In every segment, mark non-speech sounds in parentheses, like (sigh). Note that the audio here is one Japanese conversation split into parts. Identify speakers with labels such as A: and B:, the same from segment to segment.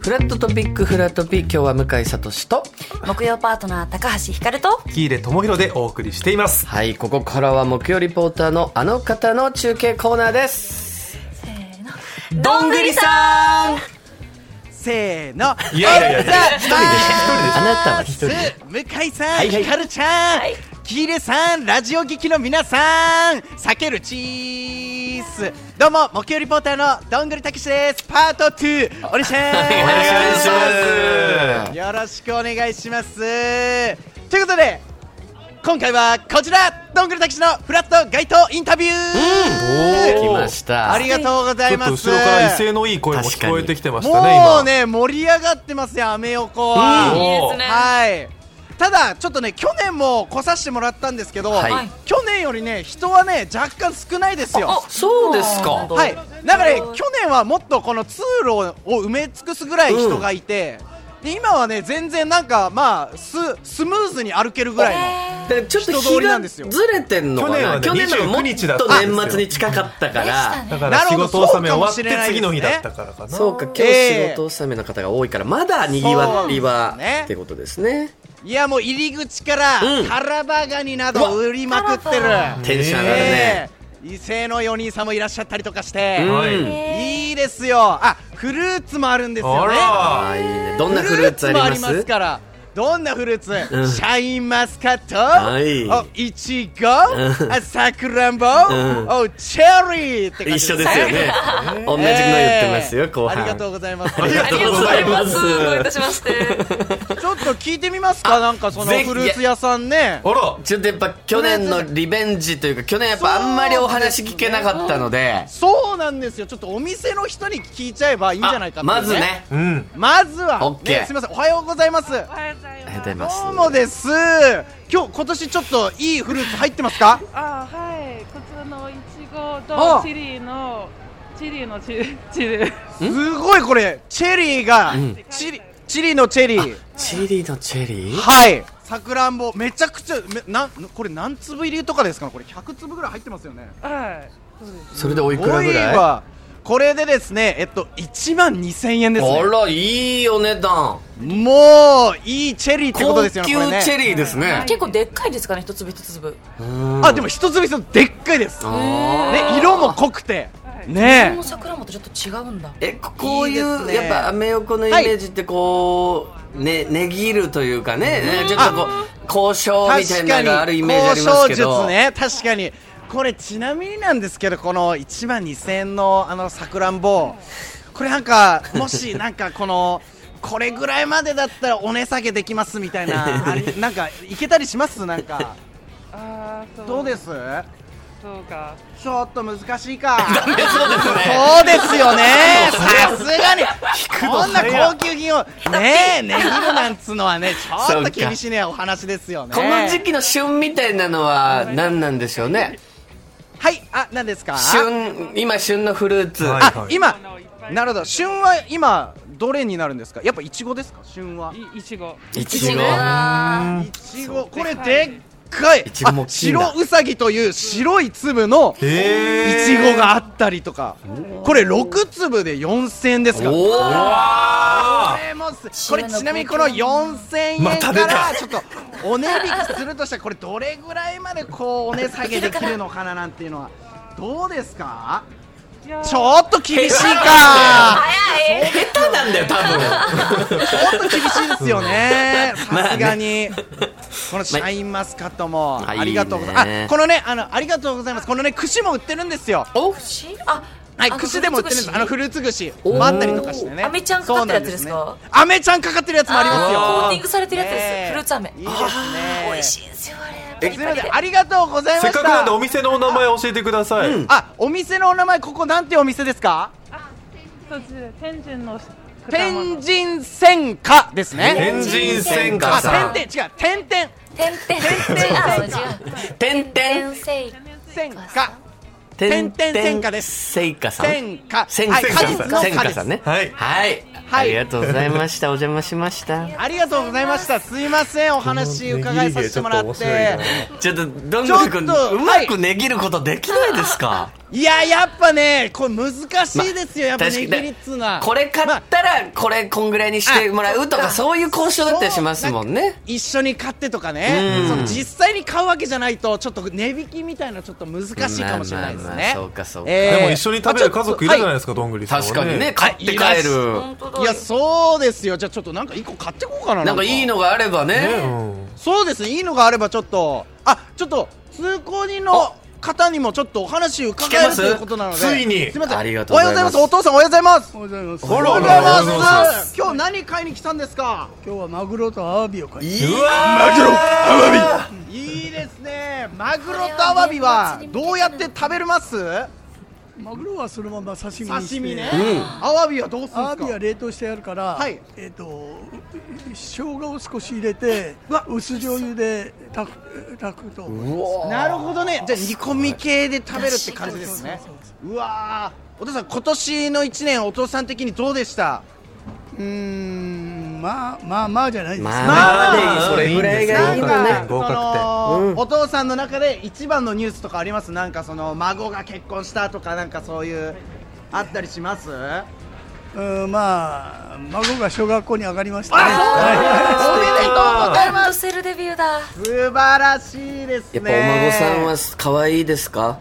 A: フラットトピックフラトピ今日は向井聡と
B: 木曜パートナー高橋ひかると
C: 喜入智弘でお送りしています
A: はいここからは木曜リポーターのあの方の中継コーナーです
B: せーの
C: どんぐりさん
D: せーの。
C: いやいやいやいや
D: 一人
A: あなたは一人
D: で
A: で
D: 向井さん、
A: いはい
D: ひかるちゃん、キーレさん、ラジオ劇の皆さん、避けるチーズ。どうも、木曜リポーターのどんぐりたけしです。パート2、おりしゃ
C: お
D: ー
C: 願いします
D: よろしくお願いします。ということで、今回はこちら、どんぐりたけしのフラット街頭インタビュー。
A: 来ました
D: ありがとうござ
C: ち
D: い
C: ょっと
D: ます。
C: 後ろから威勢のいい声も聞こえてきてましたね今
D: もうね盛り上がってますよアメ横は、
C: うんいいです
B: ね
D: はいただちょっとね去年も来させてもらったんですけど、
A: はい
D: 去年よりね人はね若干少ないですよ
A: そうですか
D: はいだからね去年はもっとこの通路を埋め尽くすぐらい人がいて、で今はね全然なんかまあススムーズに歩けるぐらいの、
A: だからちょっと
D: 人通
A: 日
D: りな
A: が
D: んです
A: ず
D: よ
A: れてんのかな
C: 去年はね
A: のもっ
C: 29日だっ
A: と
C: たんですよ
A: 年末に近かったから
C: だから仕事納め終わって次の日だったからかな
A: そうか今日
D: ええ
A: 仕事納めの方が多いからまだにぎわりは
D: そうですね
A: ってことですね
D: いやもう入り口から、
A: うん
D: タラバガニなど売りまくってる
B: タラ
A: テンション上がるね
D: ええ威勢の4人さんもいらっしゃったりとかして、
A: うん
C: はい
D: いいですよあフルーツもあるんですよね
C: あ
A: あーいいねどんなフルーツあります
D: フルーツもありますからどんなフルーツ、
A: ん
D: シャインマスカット、
A: はい
D: おいちご、
A: ん
D: あさくらんぼ、
A: ん
D: おチェリーって感じ
A: 一緒ですよね同じの言ってますよ後
D: ありが
A: 半
D: とうございます
A: ありがとうござい
B: ありがとうございま
A: ます
B: すどういたしまして
D: ちょっと聞いてみますかなんかその
A: ぜひ
D: フルーツ屋さんね
C: あら
A: ちょっとやっぱ去年のリベンジというか去年やっぱあんまりお話聞けなかったので
D: そうなんですよちょっとお店の人に聞いちゃえばいいんじゃないか
A: あ
D: っていう
A: まずね
C: うん
D: まずは、
A: オッケー
D: ねすみませんおはようございます
A: ありがとうございま
D: どうも
A: す
D: です今日今年ちょっといいフルーツ入ってますか
E: あはいこちらのいちご
D: あ
E: とチリのチリのチリチリ
D: すごいこれチェリーが、
A: ん
D: チリチリのチェリー
A: チリのチェリー
D: はいさくらんぼめちゃくちゃめなんこれ何粒入りとかですかねこれ100粒ぐらい入ってますよね
E: はいそうです
A: それでおいくらぐらいあ
D: わこれでですねえっと1万2000円ですね
A: らいいお値段
D: もういいチェリーってこと
A: 高級
D: です
A: チ
D: よねこれね
A: ェリーですね
B: 結構でっかいですかね一粒一粒
D: あでも一粒一粒でっかいですね
A: あー
D: 色も濃くて
E: はい
B: こ
D: ね
B: の桜もとちょっと違うんだ
A: えここうい
D: いいうですね
A: やっぱアメ横のイメージってこう、ねねぎるというかねねちょっとこう交渉みたい
D: 確
A: な
D: か
A: のがある
D: に
A: イメージあり
D: 交
A: ます
D: 渉
A: け
D: 術
A: ど
D: ね確かにこれちなみになんですけどこの1万2000円のあのさくらんぼこれなんかもしなんかこのこれぐらいまでだったらお値下げできますみたいなあれなんかいけたりしますなんか
E: あーそう
D: どうです
E: そうか
D: ちょっと難しいかそうですよねさすがにこんな高級品をねえねぎるなんつうのはねちょっと厳しいねお話ですよね
A: この時期の旬みたいなのは何なんでしょうね
D: はいあ何ですか
A: 旬今旬のフルーツ、
C: はい
D: あ、今
E: あのいっぱい
D: なるほど旬は今どれになるんですかやっぱいちごですか旬はい
E: いちご
A: いちご
B: あ
D: いちごこれでっかい
A: いちごも大
D: あ
A: きいんだ
D: 白うさぎという白い粒のい
C: え
D: ちごがあったりとかこれ6粒で4000円ですかこ
A: おー
C: あ
D: れもすこれちなみにこの4000円
C: ま
D: か
C: た出
D: ら
C: た
D: ちょっとお値引きするとしたらこれどれぐらいまでこうお値下げできるのかななんていうのはどうですか
E: いやー
D: ちょっと厳しいか
B: 早い
A: 下手なんだよ多分
D: ちょっと厳しいですよね、さすがに。このシャインマスカットも
A: あ
D: ありがとうござ
A: い
D: い
A: い
D: ます。
A: ね
D: あこのねあのありがとうございます。このね串も売ってるんですよ。
A: お
B: 串あ
D: はい
B: あの
D: 串でも売ってるんです。あのフルーツ串
A: おー
D: 割ったりとかしてね。
B: アメちゃんかかってるやつですか
D: そうなんね。アメちゃんかかってるやつもありますよ。
B: ーコーティングされてるやつです、
D: ねえ
B: フルーツ飴
D: いいですね。
B: 美味
D: い。
B: しいんですよあれ
D: すみませんありがとうございました。
C: せっかくなんでお店のお名前教えてください
D: あお店のお名前ここなんてお店ですか？
E: そっちで天神の果物
D: 天神千花ですね。
C: 天神千
A: 花
C: 花
A: さ
C: さ
D: あ
C: ん
D: 天天違う天天
B: てんてん違う違う
A: てんて
B: て
A: ん
B: んせい
D: 千花
A: てん
D: てんてんせんかです
A: せいかさん
D: 千花
A: せん
D: はい
A: かさん
D: 果実の
A: せん
D: 果
A: か
D: です
A: さんね
C: はい
A: はい、ありがとうございましたお邪魔しました
D: ありがとうございました。すいません、お話伺いさせてもらって。
A: ちょっとどんぐりくん
D: ちょっと
A: うまくねぎることできないですか
D: いややっぱねこれ難しいですよ、やっぱ
A: 確か
D: 値
A: に
D: 切りっつうのは
A: これ買
D: まあ
A: ったらこれこんぐらいにしてもらうとかそういう交渉だったりしますもんね
D: 一緒に買ってとかね、
A: うん
D: その実際に買うわけじゃないとちょっと値引きみたいなのちょっと難しいかもしれないです
A: まあまあ
D: ね
A: まあそうかそうか
D: えー
C: でも一緒に食べる家族いるじゃないで
D: あちょっ
C: すか、どんぐりさんは
A: 確かにね買って
D: あいらっ
A: 帰
D: し
A: る
B: 本当
D: と
B: だ
D: はいいやそうですよじゃあちょっとなんか一個買ってこうかな
A: なんかいいのがあれば
C: ねう
A: ね
C: ん
D: そうですねいいのがあればちょっとあちょっと通行人の方にもちょっとお話伺
A: 聞け
D: え
A: ま
D: る
A: す
D: ということなのです
C: ついに
D: すみません
A: ありがとうございます
D: おはようございますお父さんおはようございますおはようございます
C: あらあらありがとうございます
D: 今日何買いに来たんですか
F: 今日はマグロとアワビを買いに
C: うわマグロアワビ
D: いいですねマグロとアワビはどうやって食べるます
F: マグロはそのまま刺身にして
D: 刺身ね、
A: ん
D: アワビはどうす
F: ア
D: る
F: ワ
D: ん
F: ビは
D: で
F: 冷凍してあるから、
D: はい
F: えっ、と生姜を少し入れて
D: うわ
F: 薄醤油で炊く炊くと思います
D: すかなるほどねじゃあ煮込み系で食べるって感じですねうわーお父さん今年の1年お父さん的にどうでした
F: うーんまあまあまあじゃないですね、
A: まあ
D: まあ
A: まあでいいそれぐらいがいい
D: 今
A: の
C: まあ
A: ね
C: まあ合格点
D: そのお父さんの中で一番のニュースとかありますなんかその孫が結婚したとかなんかそういうあったりします
F: うんまあ孫が小学校に上がりましたねはい
D: おめでとうござい
B: ラン
D: ま
B: ドセルデビューだ
D: す素晴らしいです
A: やっぱ
D: ね
A: お孫さんは可愛いですか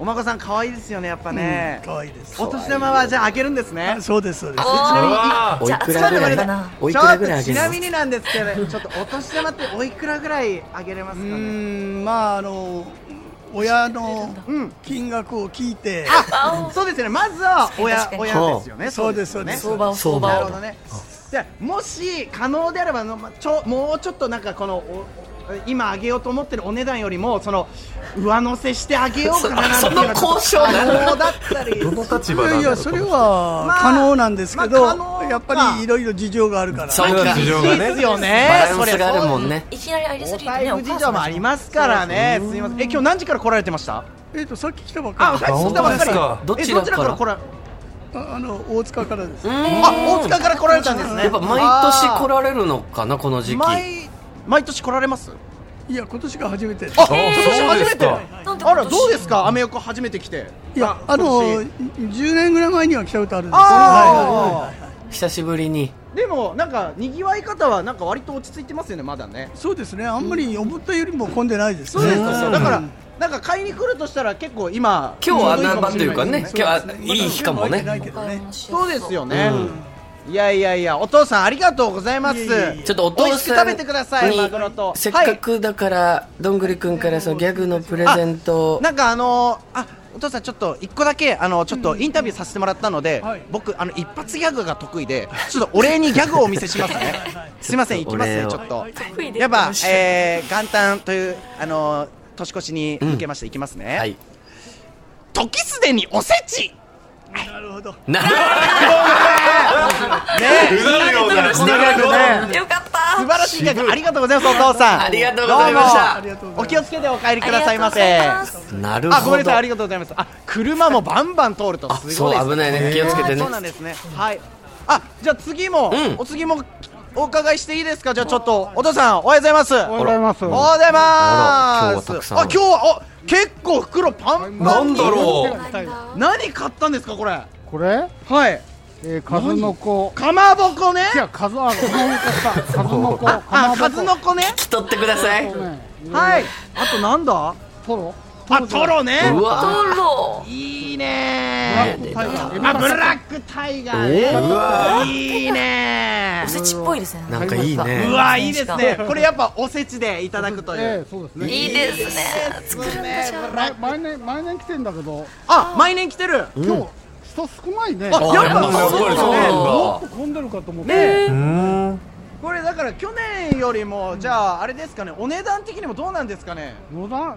D: お孫さん可愛いですよねやっぱね、
F: 可愛いです
D: お年玉はじゃああげるんですね
F: あそうですそうです
C: うわ
A: おいくらぐらい
D: ちょっと待って
A: おい
D: ち
A: く
D: ょ
A: ら
D: っ
A: ぐらいあ
D: と
A: げ
D: ち
A: ま
D: な
A: す
D: みになんですけど、ちょっとお年玉っておいくらぐらいあげれます
F: う
D: か
F: ー
D: ね。
F: んまああの親の
D: うん
F: 金額を聞いて
D: あ、そうですよね。まずは親
B: 確かに
D: 親ですよね。
F: そうですそうです
D: よ
B: 相
D: ね
B: 場を相
D: な
B: 場
D: る
B: を
D: ほどね。じゃあもし可能であればのまちょもうちょっとなんかこのお今あげようと思ってるお値段よりもその上乗せしてあげようかななんていうのは
A: その交渉
D: 可能だったり。
C: どの立
F: い
C: 場なんだろ
F: や
C: う
F: いやそれは可能なんですけど、
D: まあまあ可能か
F: やっぱりいろいろ事情があるから
A: そうか
C: 事情がね
D: ですよね
A: バ。ランスがあるも
D: ね
A: んね
B: いきなりありす
D: お
B: ぎるね
D: 財布事情もあり
B: す
D: ますからね。すみません。え、今日何時から来られてました？
F: えっ、とさっき来たばっか
D: あ、
F: り
D: さっき来たばっかり。
C: あ
A: 本当ですか
D: えどちらから来ら？
F: ああの大塚からです、
D: あ、大塚から来られたんですね。
A: やっぱ毎年来られるのかなこの時期
D: あー毎毎年来られます？
F: いや今年が初めて
D: あ、今
F: あ
D: 年初めて。
C: そうです
D: あ
B: なんで
D: らどうですすか？アメ横初めて来て。
F: いやあの10年ぐらい前には来たことあるんですけどはいはいはい
D: ああ。
A: 久しぶりに
D: でもなんか賑わい方はなんか割と落ち着いてますよねまだね。
F: そうですねあんまり思ったよりも混んでないです
D: そうですよ。
F: はい
D: だからなんか買いに来るとしたら結構今
A: 今日は穴場というかね
F: そ
A: 今日は
F: です
A: いい日かも
F: まだ
A: ね
F: まだ来てないけどね
D: そうですよね。いやいやいや、お父さんありがとうございます。
F: いえいえいえ
A: ちょっとお父さん
D: 美味しく食べてくださいマグロと
A: せっかくだから、どんぐりくんからそのギャグのプレゼントを
D: なんかあのーあお父さんちょっと一個だけあのちょっとインタビューさせてもらったので、
F: はい
D: 僕あの一発ギャグが得意でちょっとお礼にギャグをお見せしますねすいません
A: ち
D: 行
A: ょっとお
D: きます
A: 礼
D: ね
A: を
D: ちょっと
B: 得意で
D: やっぱ、えー、元旦というあのー年越しに向けまして行きますね、
A: はい
D: 時すでにおせち
F: なるほど
A: な
C: うなるようなうなるような
B: よかった
D: 素晴らしいギャグありがとうございますお父さん
A: ありがとうございました
F: ありがとう
D: どうも
F: ご
D: お
F: ざい
D: 気
F: ま
D: をつけてお帰りくださいませ
B: ありがとうございます
A: なるほど
D: あ、ごめんなさい、ありがとうございます。あ、車もバンバン通るとすごいですね。
A: そう危ないね気をつけてね
D: そうなんですね。はい。あ、じゃあ次も、
A: ん
D: お次もお伺いしていいですか。じゃあちょっとお父さんおはようございます。おはよう
A: ございます
D: おはようございます。
A: あら今日はたくさん
D: あ、今日はお結構袋パン
C: な
D: パン
C: ん
D: に。
C: だろう
D: 何買ったんですかこれ。
G: これ、
D: はい。
G: えー、数の子
D: かまぼこね。
G: いや数あの数の子か
D: あ、
G: まぼこ
D: 数の子ね。
A: 聞き取ってください
G: ね
D: はい。あとなんだ。
G: トロ
D: あ、トロね。
A: うわ
B: トロ
D: いいね
A: ね
G: タイガー
D: あ、ブラックタイガーね。
A: う
C: わ
D: いいね
B: おせちっぽいですね
A: なんかいいね
D: うわいいですねこれやっぱおせちでいただくとい
G: え
D: う
G: ー、そうですね
B: いいですね作るんだじゃ
G: ま毎年毎年来てんだけど
D: あ毎年来てる
G: 今日人少ないね
D: あやっ
C: やっぱ
D: ぱそう
C: そう
D: だね
C: な
G: もっと混んでるかと思っ
D: ね
G: て、
C: んだ
D: これだから去年よりもじゃああれですかねお値段的にもどうなんですかね
G: 値段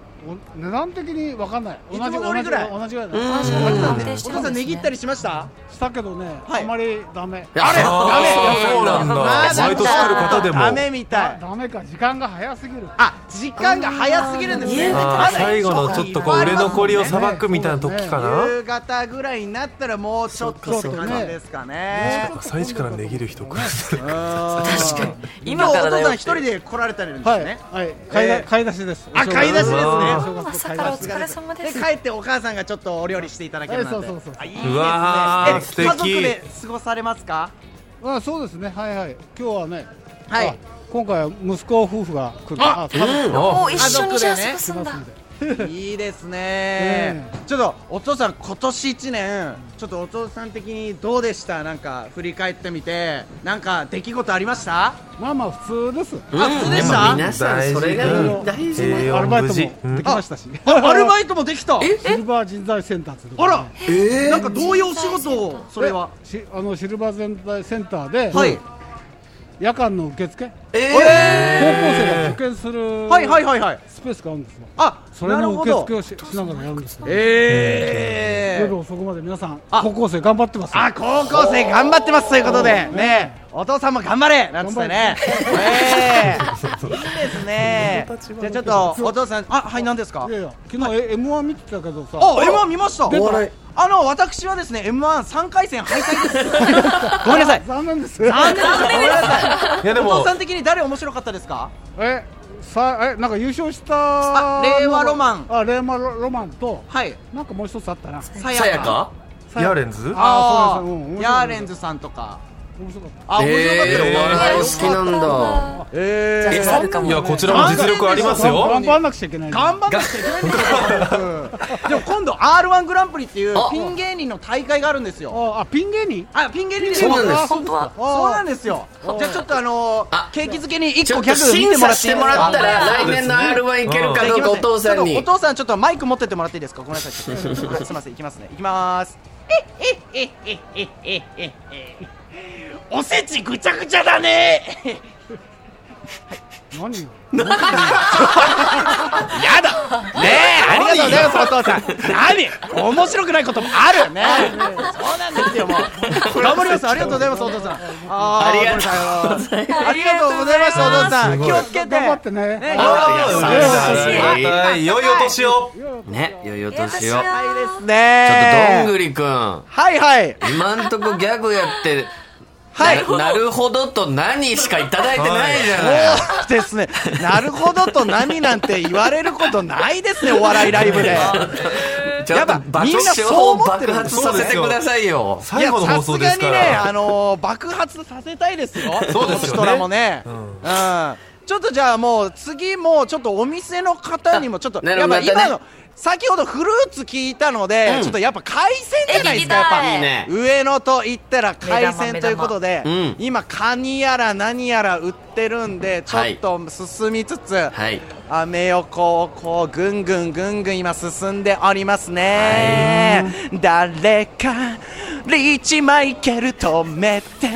G: お値段的に分かんない同
D: いつ
G: じ
D: も
G: 同
D: 通り
G: じ
D: ぐ
G: ぐ
D: ら
G: ら
D: い
G: い同じぐらいだ
B: あ
G: よ
B: 安定
D: お
B: して
D: 父
B: るんで
D: さ
B: す
D: ん
B: ね
D: 値切ったりしました
G: したけどね、
D: はい
G: あまりダメ
A: いや
D: あれ
C: あーそうなんだ
D: まだ
C: 毎年来る方でも
D: ダメみた
G: だ
D: い
G: ダメか時間が早すぎる
D: あ時間が早すぎるんですね
C: あー最後のちょっとこう売れ残りをさばくみたいな時かな
D: 夕方ぐらいになったらもうちょっとって感じですかね
C: 朝一から値切る人来る
D: 確かに
B: 今
D: 今日
B: か
D: お
B: らだ
D: 父
B: よ
D: さん一人で来られたりです
G: はい、
D: ね
G: はい買いだ
D: えー
G: 買い出しです
D: あ買い出しですね
G: 正月の
B: 朝
G: 会
B: からお
G: 話
B: 疲れ様で。
D: です帰ってお母さんがちょっとお料理していただけるなんで
G: えそうそうそう
D: あいいです
C: うわー
D: ねえ
C: 素敵
D: 家族で過ごされますか
G: あそうですねはいはい今日はね
D: はい
G: あ今回は息子夫婦が来るあ家族
C: うん
B: お
C: お
B: ー一緒にじゃあ過ご
G: 来
B: すん
G: ます
B: だ
G: ん。で
D: いいですね、ちょっとお父さん今年1年ちょっとお父さん的にどうでしたなんか振り返ってみてなんか出来事ありました
G: まあまあ普通です
A: うん
D: あ普通でした
A: やっぱ皆さんそれが
C: 大事
A: 大事
C: え
A: ね
C: ー
G: アルバイト
C: 無事
G: もできましたし
D: アルバイトもできた
A: え
G: シルバー人材センターってとこ
D: あ
G: ろ
D: ら、なんかどういうお仕事をそれは
G: しあのシルバー人材センターで、
D: はい
G: 夜間の受付
A: え
G: 高校生が受験する
D: はいはいはいはい
G: スペースがあるんですよ
D: あ
G: それ
D: なる
G: の
D: ほ
G: 受
D: ど
G: 付をししながらやるんですけど
D: え
G: 夜
D: ー、
G: 遅くまで皆さん
D: あ
G: 高校生頑張ってますよ
D: あ高校生頑張ってますということでねお父さんも頑張れなんつってねえー、いいですねじゃあちょっとお父さんあはい何ですか
G: いやいや昨日 m 1見てたけどさ
D: あ、M1 見ました。
A: お笑い
D: あの私はですね、M1 三回戦敗退です。ごめんなさい。
G: 残念です
D: 残念です。ごめんなさい。
C: いやで
D: お父
C: も
D: さん的に誰面白かったですか？
G: えさえなんか優勝した
D: あ令和ロマン
G: あ令和ロマンと
D: はい。
G: なんかもう一つあったな
A: ー、
D: さ
A: さや。か
C: ヤーレンズ
D: ああ
G: そうですうん面白かっ、た
D: ヤーレンズさんとか。
G: 面白かった
D: あ、面白かったよ。
A: えーお笑い好きなんだ。
D: え
B: じゃあ刺さるかも
C: いやこちらも実力ありますよ
G: 頑張んなくちゃいけない
D: 頑張ってくれないでも今度 R1 グランプリっていう
A: あ
D: ピン芸人の大会があるんですよ。
G: ああピン芸人
D: あ、ピン芸人です
A: そう
D: よ
A: なんです
B: 本当は。
D: そうなんですよ。じゃあちょっとあの
A: あ
D: ー、景気づけに一
A: ちょ
D: 個
A: っ
D: ギ
A: と
D: ャグ見
A: 審
D: ても
A: 査
D: らっ
A: して
D: い
A: て
D: いです
A: もら
D: か
A: ったら来年の R1 いけるかどうかお父さん
D: ちょ
A: に
D: っとお父さんちょっとマイク持ってってもらっていいですかごめんなさいちょっと
A: (laughs)
D: はいすいませんいきますねいきまーすえっえっえっえっえっえっえっおせちぐちゃぐちゃだね
G: 何よ
D: やだねえありがとうございますお父さん何面白くないこともあるねそうなんですよもう (laughs) 頑張りますありがとうございますお父さんあ
A: あ
D: ー
A: りがとうございます
D: ありがとうございましたお父さ
C: す
D: ん
C: ごい
D: 気をつけて
G: 頑張ってね
D: ね
C: ありがたい良いお年を
A: ねよいお
B: 私
A: 年をちょっ
B: は。
D: ねえ
A: とどんぐりくん
D: はいはい
A: 今んとこギャグやって
D: はい
A: ななるほどと何しかいただいてないじゃない、
D: そうですね。なるほどと何なんて言われることないですね、お笑いライブで。
A: ちょっと
D: やっぱ
A: 爆
D: みんな
A: 笑
D: そう
A: を
D: 思っ
A: 爆
D: てるんで
A: 発
D: す
A: させてくださいよ
D: い
C: 最
D: や
C: 後の放
D: さ
C: 送
D: す
C: で
D: が
C: す
D: に
C: か
D: ね、あ
C: ら
D: のー爆発させたいですよ。
C: そうですよね
D: この人らもね。う
C: うん
D: ん。ちょっとじゃあもう次もうちょっとお店の方にもちょっと
A: なる
D: や
A: ほ
D: っ
A: ど
D: ぱ今
A: ま
D: の先ほどフルーツ聞いたので、
A: うん
D: ちょっとやっぱ海鮮じゃないですかやっ
B: え
D: ぱ
B: 聞きたいいい
A: ね
D: 上野と言ったら
B: 目
D: 海
B: 玉目玉
D: 鮮ということで、
A: うん
D: 今カニやら何やら売ってるんでちょっと進みつつ、
A: はい
D: アメ横をこうぐんぐんぐんぐん今進んでおりますね、誰かリーチマイケル止めて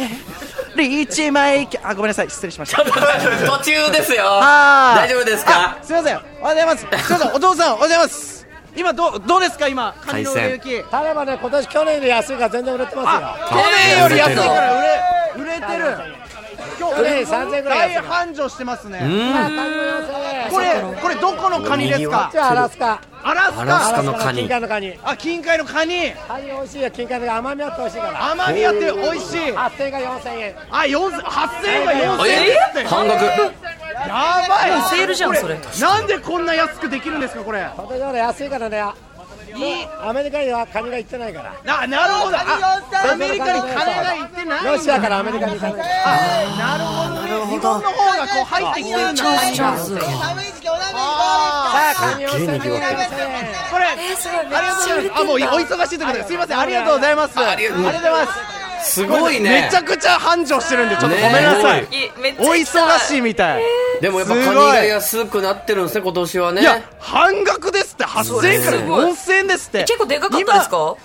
D: リーチマイケルあごめんなさい失礼しました
A: 途中ですよ
D: あー
A: 大丈夫ですか
D: あすいませんおはようございますすいませんお父さんおはようございます今どうどうですか今カニの売れ行き去
H: タレはね、今年去年より安いから全然売れてますよ。
D: 年より安いから売れ売れてる今
H: 去年3000円ぐらい
D: 大
H: 安いから。
D: 繁盛してますね
H: あ頼みます
D: これこれどこのカニですか
H: じゃあアラスカ。
D: アラス
A: アラス
D: カ
A: カのカニ
H: 金貨のカニ。
D: あ近海のカニ
H: カニ美味しいよ、金貨のカニ。甘みあって美味しいから。
D: 甘みあって美味し
H: 8000
D: い
H: 円が4000円。
D: あ、4 8000円が4000円
A: え
D: って
A: 半額
D: やばい
B: もうセールじゃん
D: これ
B: それ
D: なんでこんな安くできるんですかこれい
H: 今年はね、安いからね。アメリカにはカニが行ってないから。
D: ななるほどあアメリカに金が行ってない
H: ロシアからアメリカに行かない。
D: なるほど日本の方がこう入ってきてるんだ
B: 上手
D: あ
H: さあ、カニ4000円でございます。
D: ーこれあ
B: えーすごいめっ
D: りがと
B: ちゃ売れ
D: うございますあもうお忙しいということですいませんありがとうございます
A: あ
D: あ
A: り
D: り
A: が
D: が
A: とうござ
D: とうござ
A: い
D: います
A: すごいね
D: めちゃくちゃ繁盛してるんでちょっとごめんなさい
A: ね
B: てる。めっちゃ
D: お
B: 行きた
D: 忙しいみたい
A: でもやっぱカニが安くなってるんですね今年はね
D: いや半額ですって8000円から4000円ですって
B: 結構でかかったですか？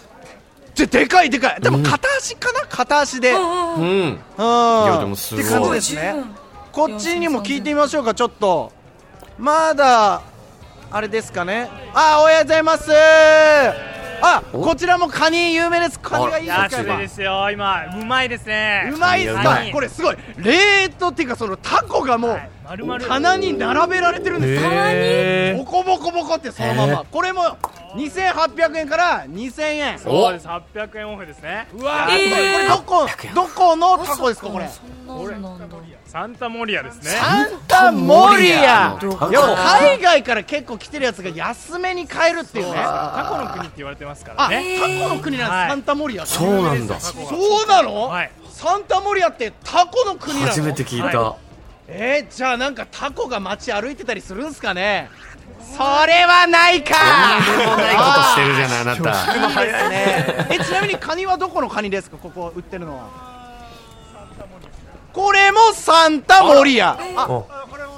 D: ででかいでかいでも片足かな片足でうん
A: うんいやでもすごい
D: って感じですねこっちにも聞いてみましょうかちょっとまだあれですかねあおはようございますあこちらもカニ有名ですカニがいいですか
A: あら
D: 今
I: ですよ今うまいですね
D: うまいっす
A: うま
D: か
I: い
D: これすごいレートっていうかそのタコがもう
I: 丸々
D: 棚に並べられてるんですよ
C: え
D: ボコボコボコってそのままこれも2800円から2000円
I: そうです800円オフですね
D: うわー
B: えー
D: これどこどこのタコですかこれ
B: そうなんだ。
I: サンタモリアですね
D: サンタモリア
A: どう
D: いやもう海外から結構来てるやつが安めに買えるっていうねあ
I: タコの国って言われてますから
D: タ
I: ね
D: コの国なんです
I: はい
D: サンタモリア
A: そうなんだ
I: タコが
D: そうなの、
I: はい
D: サンタモリアってタコの国なの
A: 初めて聞いた、
I: は
D: えー、じゃあなんかタコが街歩いてたりするんすかねそれはないか
A: とんでもないことしてるじゃないあなた
D: いいですね (laughs) えちなみにカニはどこのカニですかここ売ってるのはこれもサンタモリアあ
C: お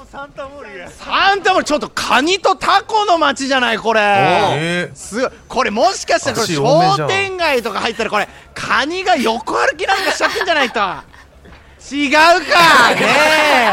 D: サンタモリアちょっとカニとタコの街じゃないこれ
C: えー
D: すごいこれもしかしたらこれ
C: 足多めじゃ
D: 商
C: ん
D: 店街とか入ったらこれカニが横歩きなんかしちゃってんじゃないと違う
A: (laughs)
D: かねえ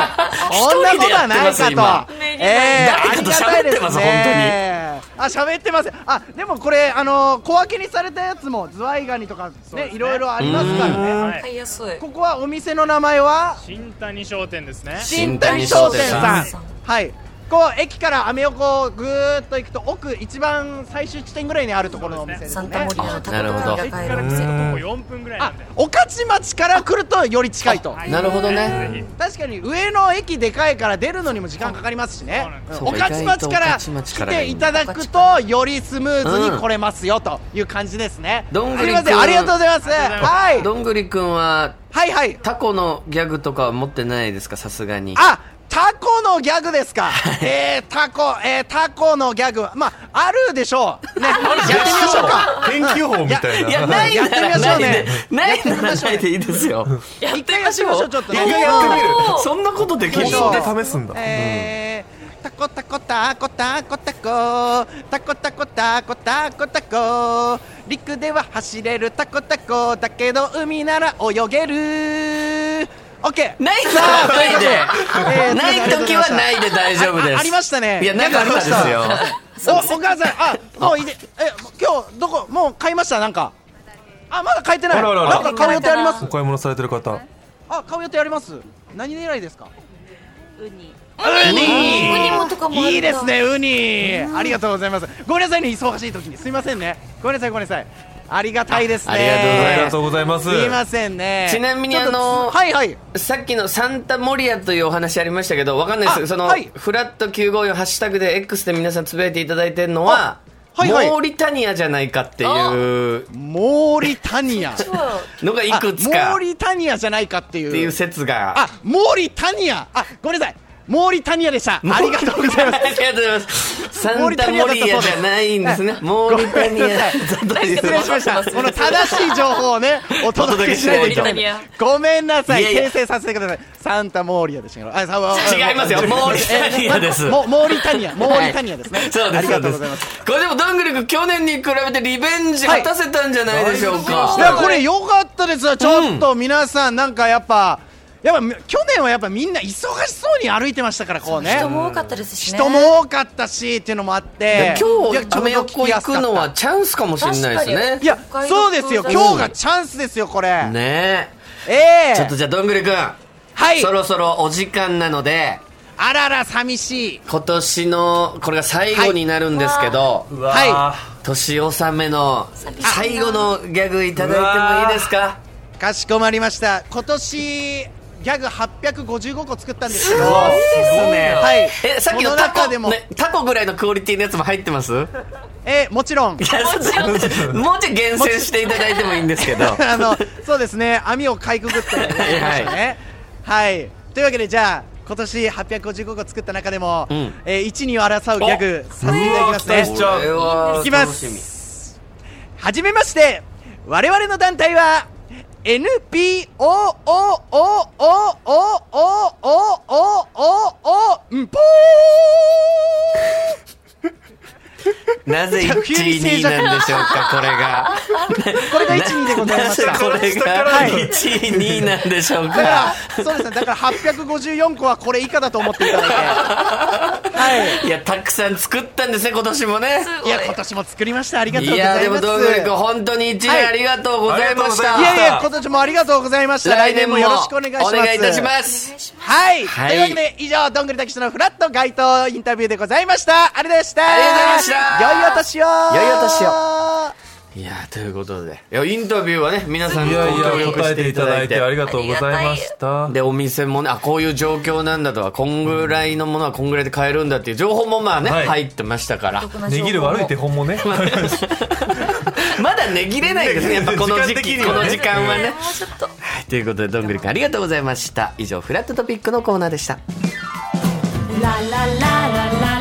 D: そんなことはない
A: 一人でや
D: か
A: っ
B: 今
D: とええ
A: 誰かと喋ってます
D: ありがたいねあ喋ってますあでもこれあの小分けにされたやつもズワイガニとか
I: う
D: ね
I: ですね
D: いろいろありますからね
I: はい
B: 買いやすい
D: ここはお店の名前は
I: 新谷商店ですね
D: 新谷商店さ
B: 新
D: ん
B: 谷商店さん
D: はいこう駅からアメ横をぐーっと行くと奥一番最終地点ぐらいにあるところのお店です
B: サ
D: ね
B: ンタモリアのタコ
A: なるほど
B: が買えるお店
I: 駅から来て徒歩4分ぐらいな
D: あ
I: んで
D: 御徒町から来るとより近いと
A: なるほどね
I: ぜひ
D: 確かに上の駅でかいから出るのにも時間かかりますしね
A: そう
D: 御徒町から
A: そうか意外と御徒町
D: 来
A: からがい
D: て
A: い
D: い
A: ん
D: た
A: だ
D: だくとよりスムーズに来れますよという感じですね
A: どんぐりくん
D: すいませんありがとうございますはい
A: どんぐりくんは
D: はいはい
A: タコのギャグとかは持ってないですかさすがに
D: あタコのギャグですか、えー、タコ、えー、タコのギャグ、まあ、あるでしょう、ね、やってみましょうか、
C: 天気予報みたい
A: いや
C: な
A: ないな
D: やってみ
A: ら
D: ましょ
A: な
D: う
A: い
D: ね
A: でないならないでいいですよ
B: やって
D: 一回やってみましょう、ちょっとね、
C: 一回やってみる
A: そんなことできる
D: や
C: 自
D: そ
A: の
D: う
C: 分で試すんだ
D: えー、タコタコタコタコタコ、タコタコタコタコタコ、陸では走れるタコタコ、だけど海なら泳げる、オッケー
A: ないならないで
D: えー
A: ない時はないで大丈夫です
D: あありましたね
A: いやなかったですよ
D: おお母さん、あもういいで、え、今日どこ、もう買いました、なんか。あ、まだ買えてない。
C: あらあらあら
D: なんか買う予定あります
C: お。買い物されてる方
D: あ、買う予定あります。何狙いですか。
B: ウニもとかもあるんだ
D: いいですね、ウニ。ありがとうございます。ごめんなさいね、忙しい時に、すいませんね。ごめんなさい、ごめんなさい。ありがたいですね。
A: あり
C: ありがとうございます
D: すいませんね。
A: ちなみに
D: ちょっと
A: あのー
D: はいはい。
A: さっきのサンタモリアというお話ありましたけどわかんないで
D: あ
A: すその、
D: はい
A: フラット954ハッシュタグで X で皆さんつぶやいていただいてるのは
D: あはいはい
A: モーリタニアじゃないかっていう
D: モーリタニア。
A: の (laughs) がいくつ
D: あ
A: か
D: モー
A: っ
D: リタニアじゃないかっていう。
A: ていう説が (laughs)
D: あ、モーリタニア。あ、ごめんなさい。モーリタニアでした。ありがとうございます
A: あ。りがとうございますサンタモリアじゃないんですねモ
D: ご
A: ー
D: め
A: リ
D: んなさ
A: タ
D: い
A: ニアだという
D: 失礼しました。この正しい情報
A: (laughs)
D: をね、お届けしないといけないんで
B: お届けしない。
D: ごめんなさい。
A: いやいや
D: 訂正させてください。サンタモーリアでしたけど。あさあ
A: 違いますよモーリタ (laughs) ニアです
D: えーまモモーリタ
A: (laughs)
D: ニア、モーリタニアですね。
A: そうです
D: ありがとうございます。
A: これでもどんぐりくん去年に比べてリベンジ果たせたんじゃないでしょうか、
D: いやこれ良かったですよ。ちょっと皆さんなんかやっぱ、やっぱ去年はやっぱみんな忙しそうに歩いてましたからこうね。
B: 人も多かったですしね
D: 人も多かったしっていうのもあって。いや
A: 今
D: ちょう
A: 日
D: ど
A: アメ横
D: 聞きや
A: 行
D: す
A: く
D: かった
A: のはチャンスかもしれないですね
D: いやそうですよ。
B: うん
D: 今日がチャンスですよこれ。
A: ね
D: ええ
A: えちょっとじゃあどんぐりくん、
D: はい
A: そろそろお時間なので
D: あらら寂しい
A: 今年のこれが最後になるんですけど、
D: は
A: 年納めの
B: 寂しいな
A: 最後のギャグいただいてもいいですか
D: いかしこまりました今年ギャグ855個作ったんですけどはい
A: えさっきの
D: この
A: タ
D: 中
A: コ
D: でも
A: ね、タコぐらいのクオリティのやつも入ってますいや
D: えーもちろん
A: そうそうもうちょい厳選していただいてもいいんですけど
D: あのそうですね網をかいくぐってやりましたねはいというわけでじゃあ今年855個作った中でも、
A: ん
D: えー、1、2を争うギャグさせていただきます
C: うわ
D: ね
C: ー期待しちゃ
A: こ
C: う
A: れはい
D: きま
A: 楽しみ
D: すはじめまして我々の団体は NPOOOOOOOOOOOOO んぽ
A: なぜ1位2位なんでしょうか、これが。
D: ーこれが12でございました
A: なぜこれが1位2位なんでしょう
D: だ
A: か
D: か。らそうですねだから854個はこれ以下だと思っていただいてはい
A: いや、たくさん作ったんですね、今年もね。
D: いや今年も作りましたありがとう
A: い
D: ござ
A: や、
D: い
A: でも、
D: ます
A: どんぐりくん、本当に1位
D: はい
A: ありがとうございました。
C: あ
D: い
C: りがとうござ
D: やい
C: ま
D: や今年もありがとうございました来年もよろしくお願いします
A: お願いいたします。
D: はい、
A: はい
D: というわけで以上どんぐりたけしのフラット街頭インタビューでございましたあれでした
A: ありがとうございました
D: 良いお年を
A: 良いお
D: を
A: いやということでいやインタビューはね皆さん
C: い
A: にご協
C: やいや
A: 力
C: 答
A: し
C: え
A: て
C: て
A: い
C: い
A: た
C: た
A: だ
C: だ
A: い
C: い
A: て
C: てありがとうございました
A: でお店もねあこういう状況なんだとかこんぐらいのものはこんぐらいで買えるんだっていう情報もまあね、
C: はい
A: 入ってましたから
C: 値切る悪い手本もね
A: まだ値切れないですねやっぱこの時期
C: 時間的に
A: こ
C: はね
A: の時間はね
B: もうちょっと。
A: はいということでどんぐりくんありがとうございました以上フラットトピックのコーナーでした
B: ララララララ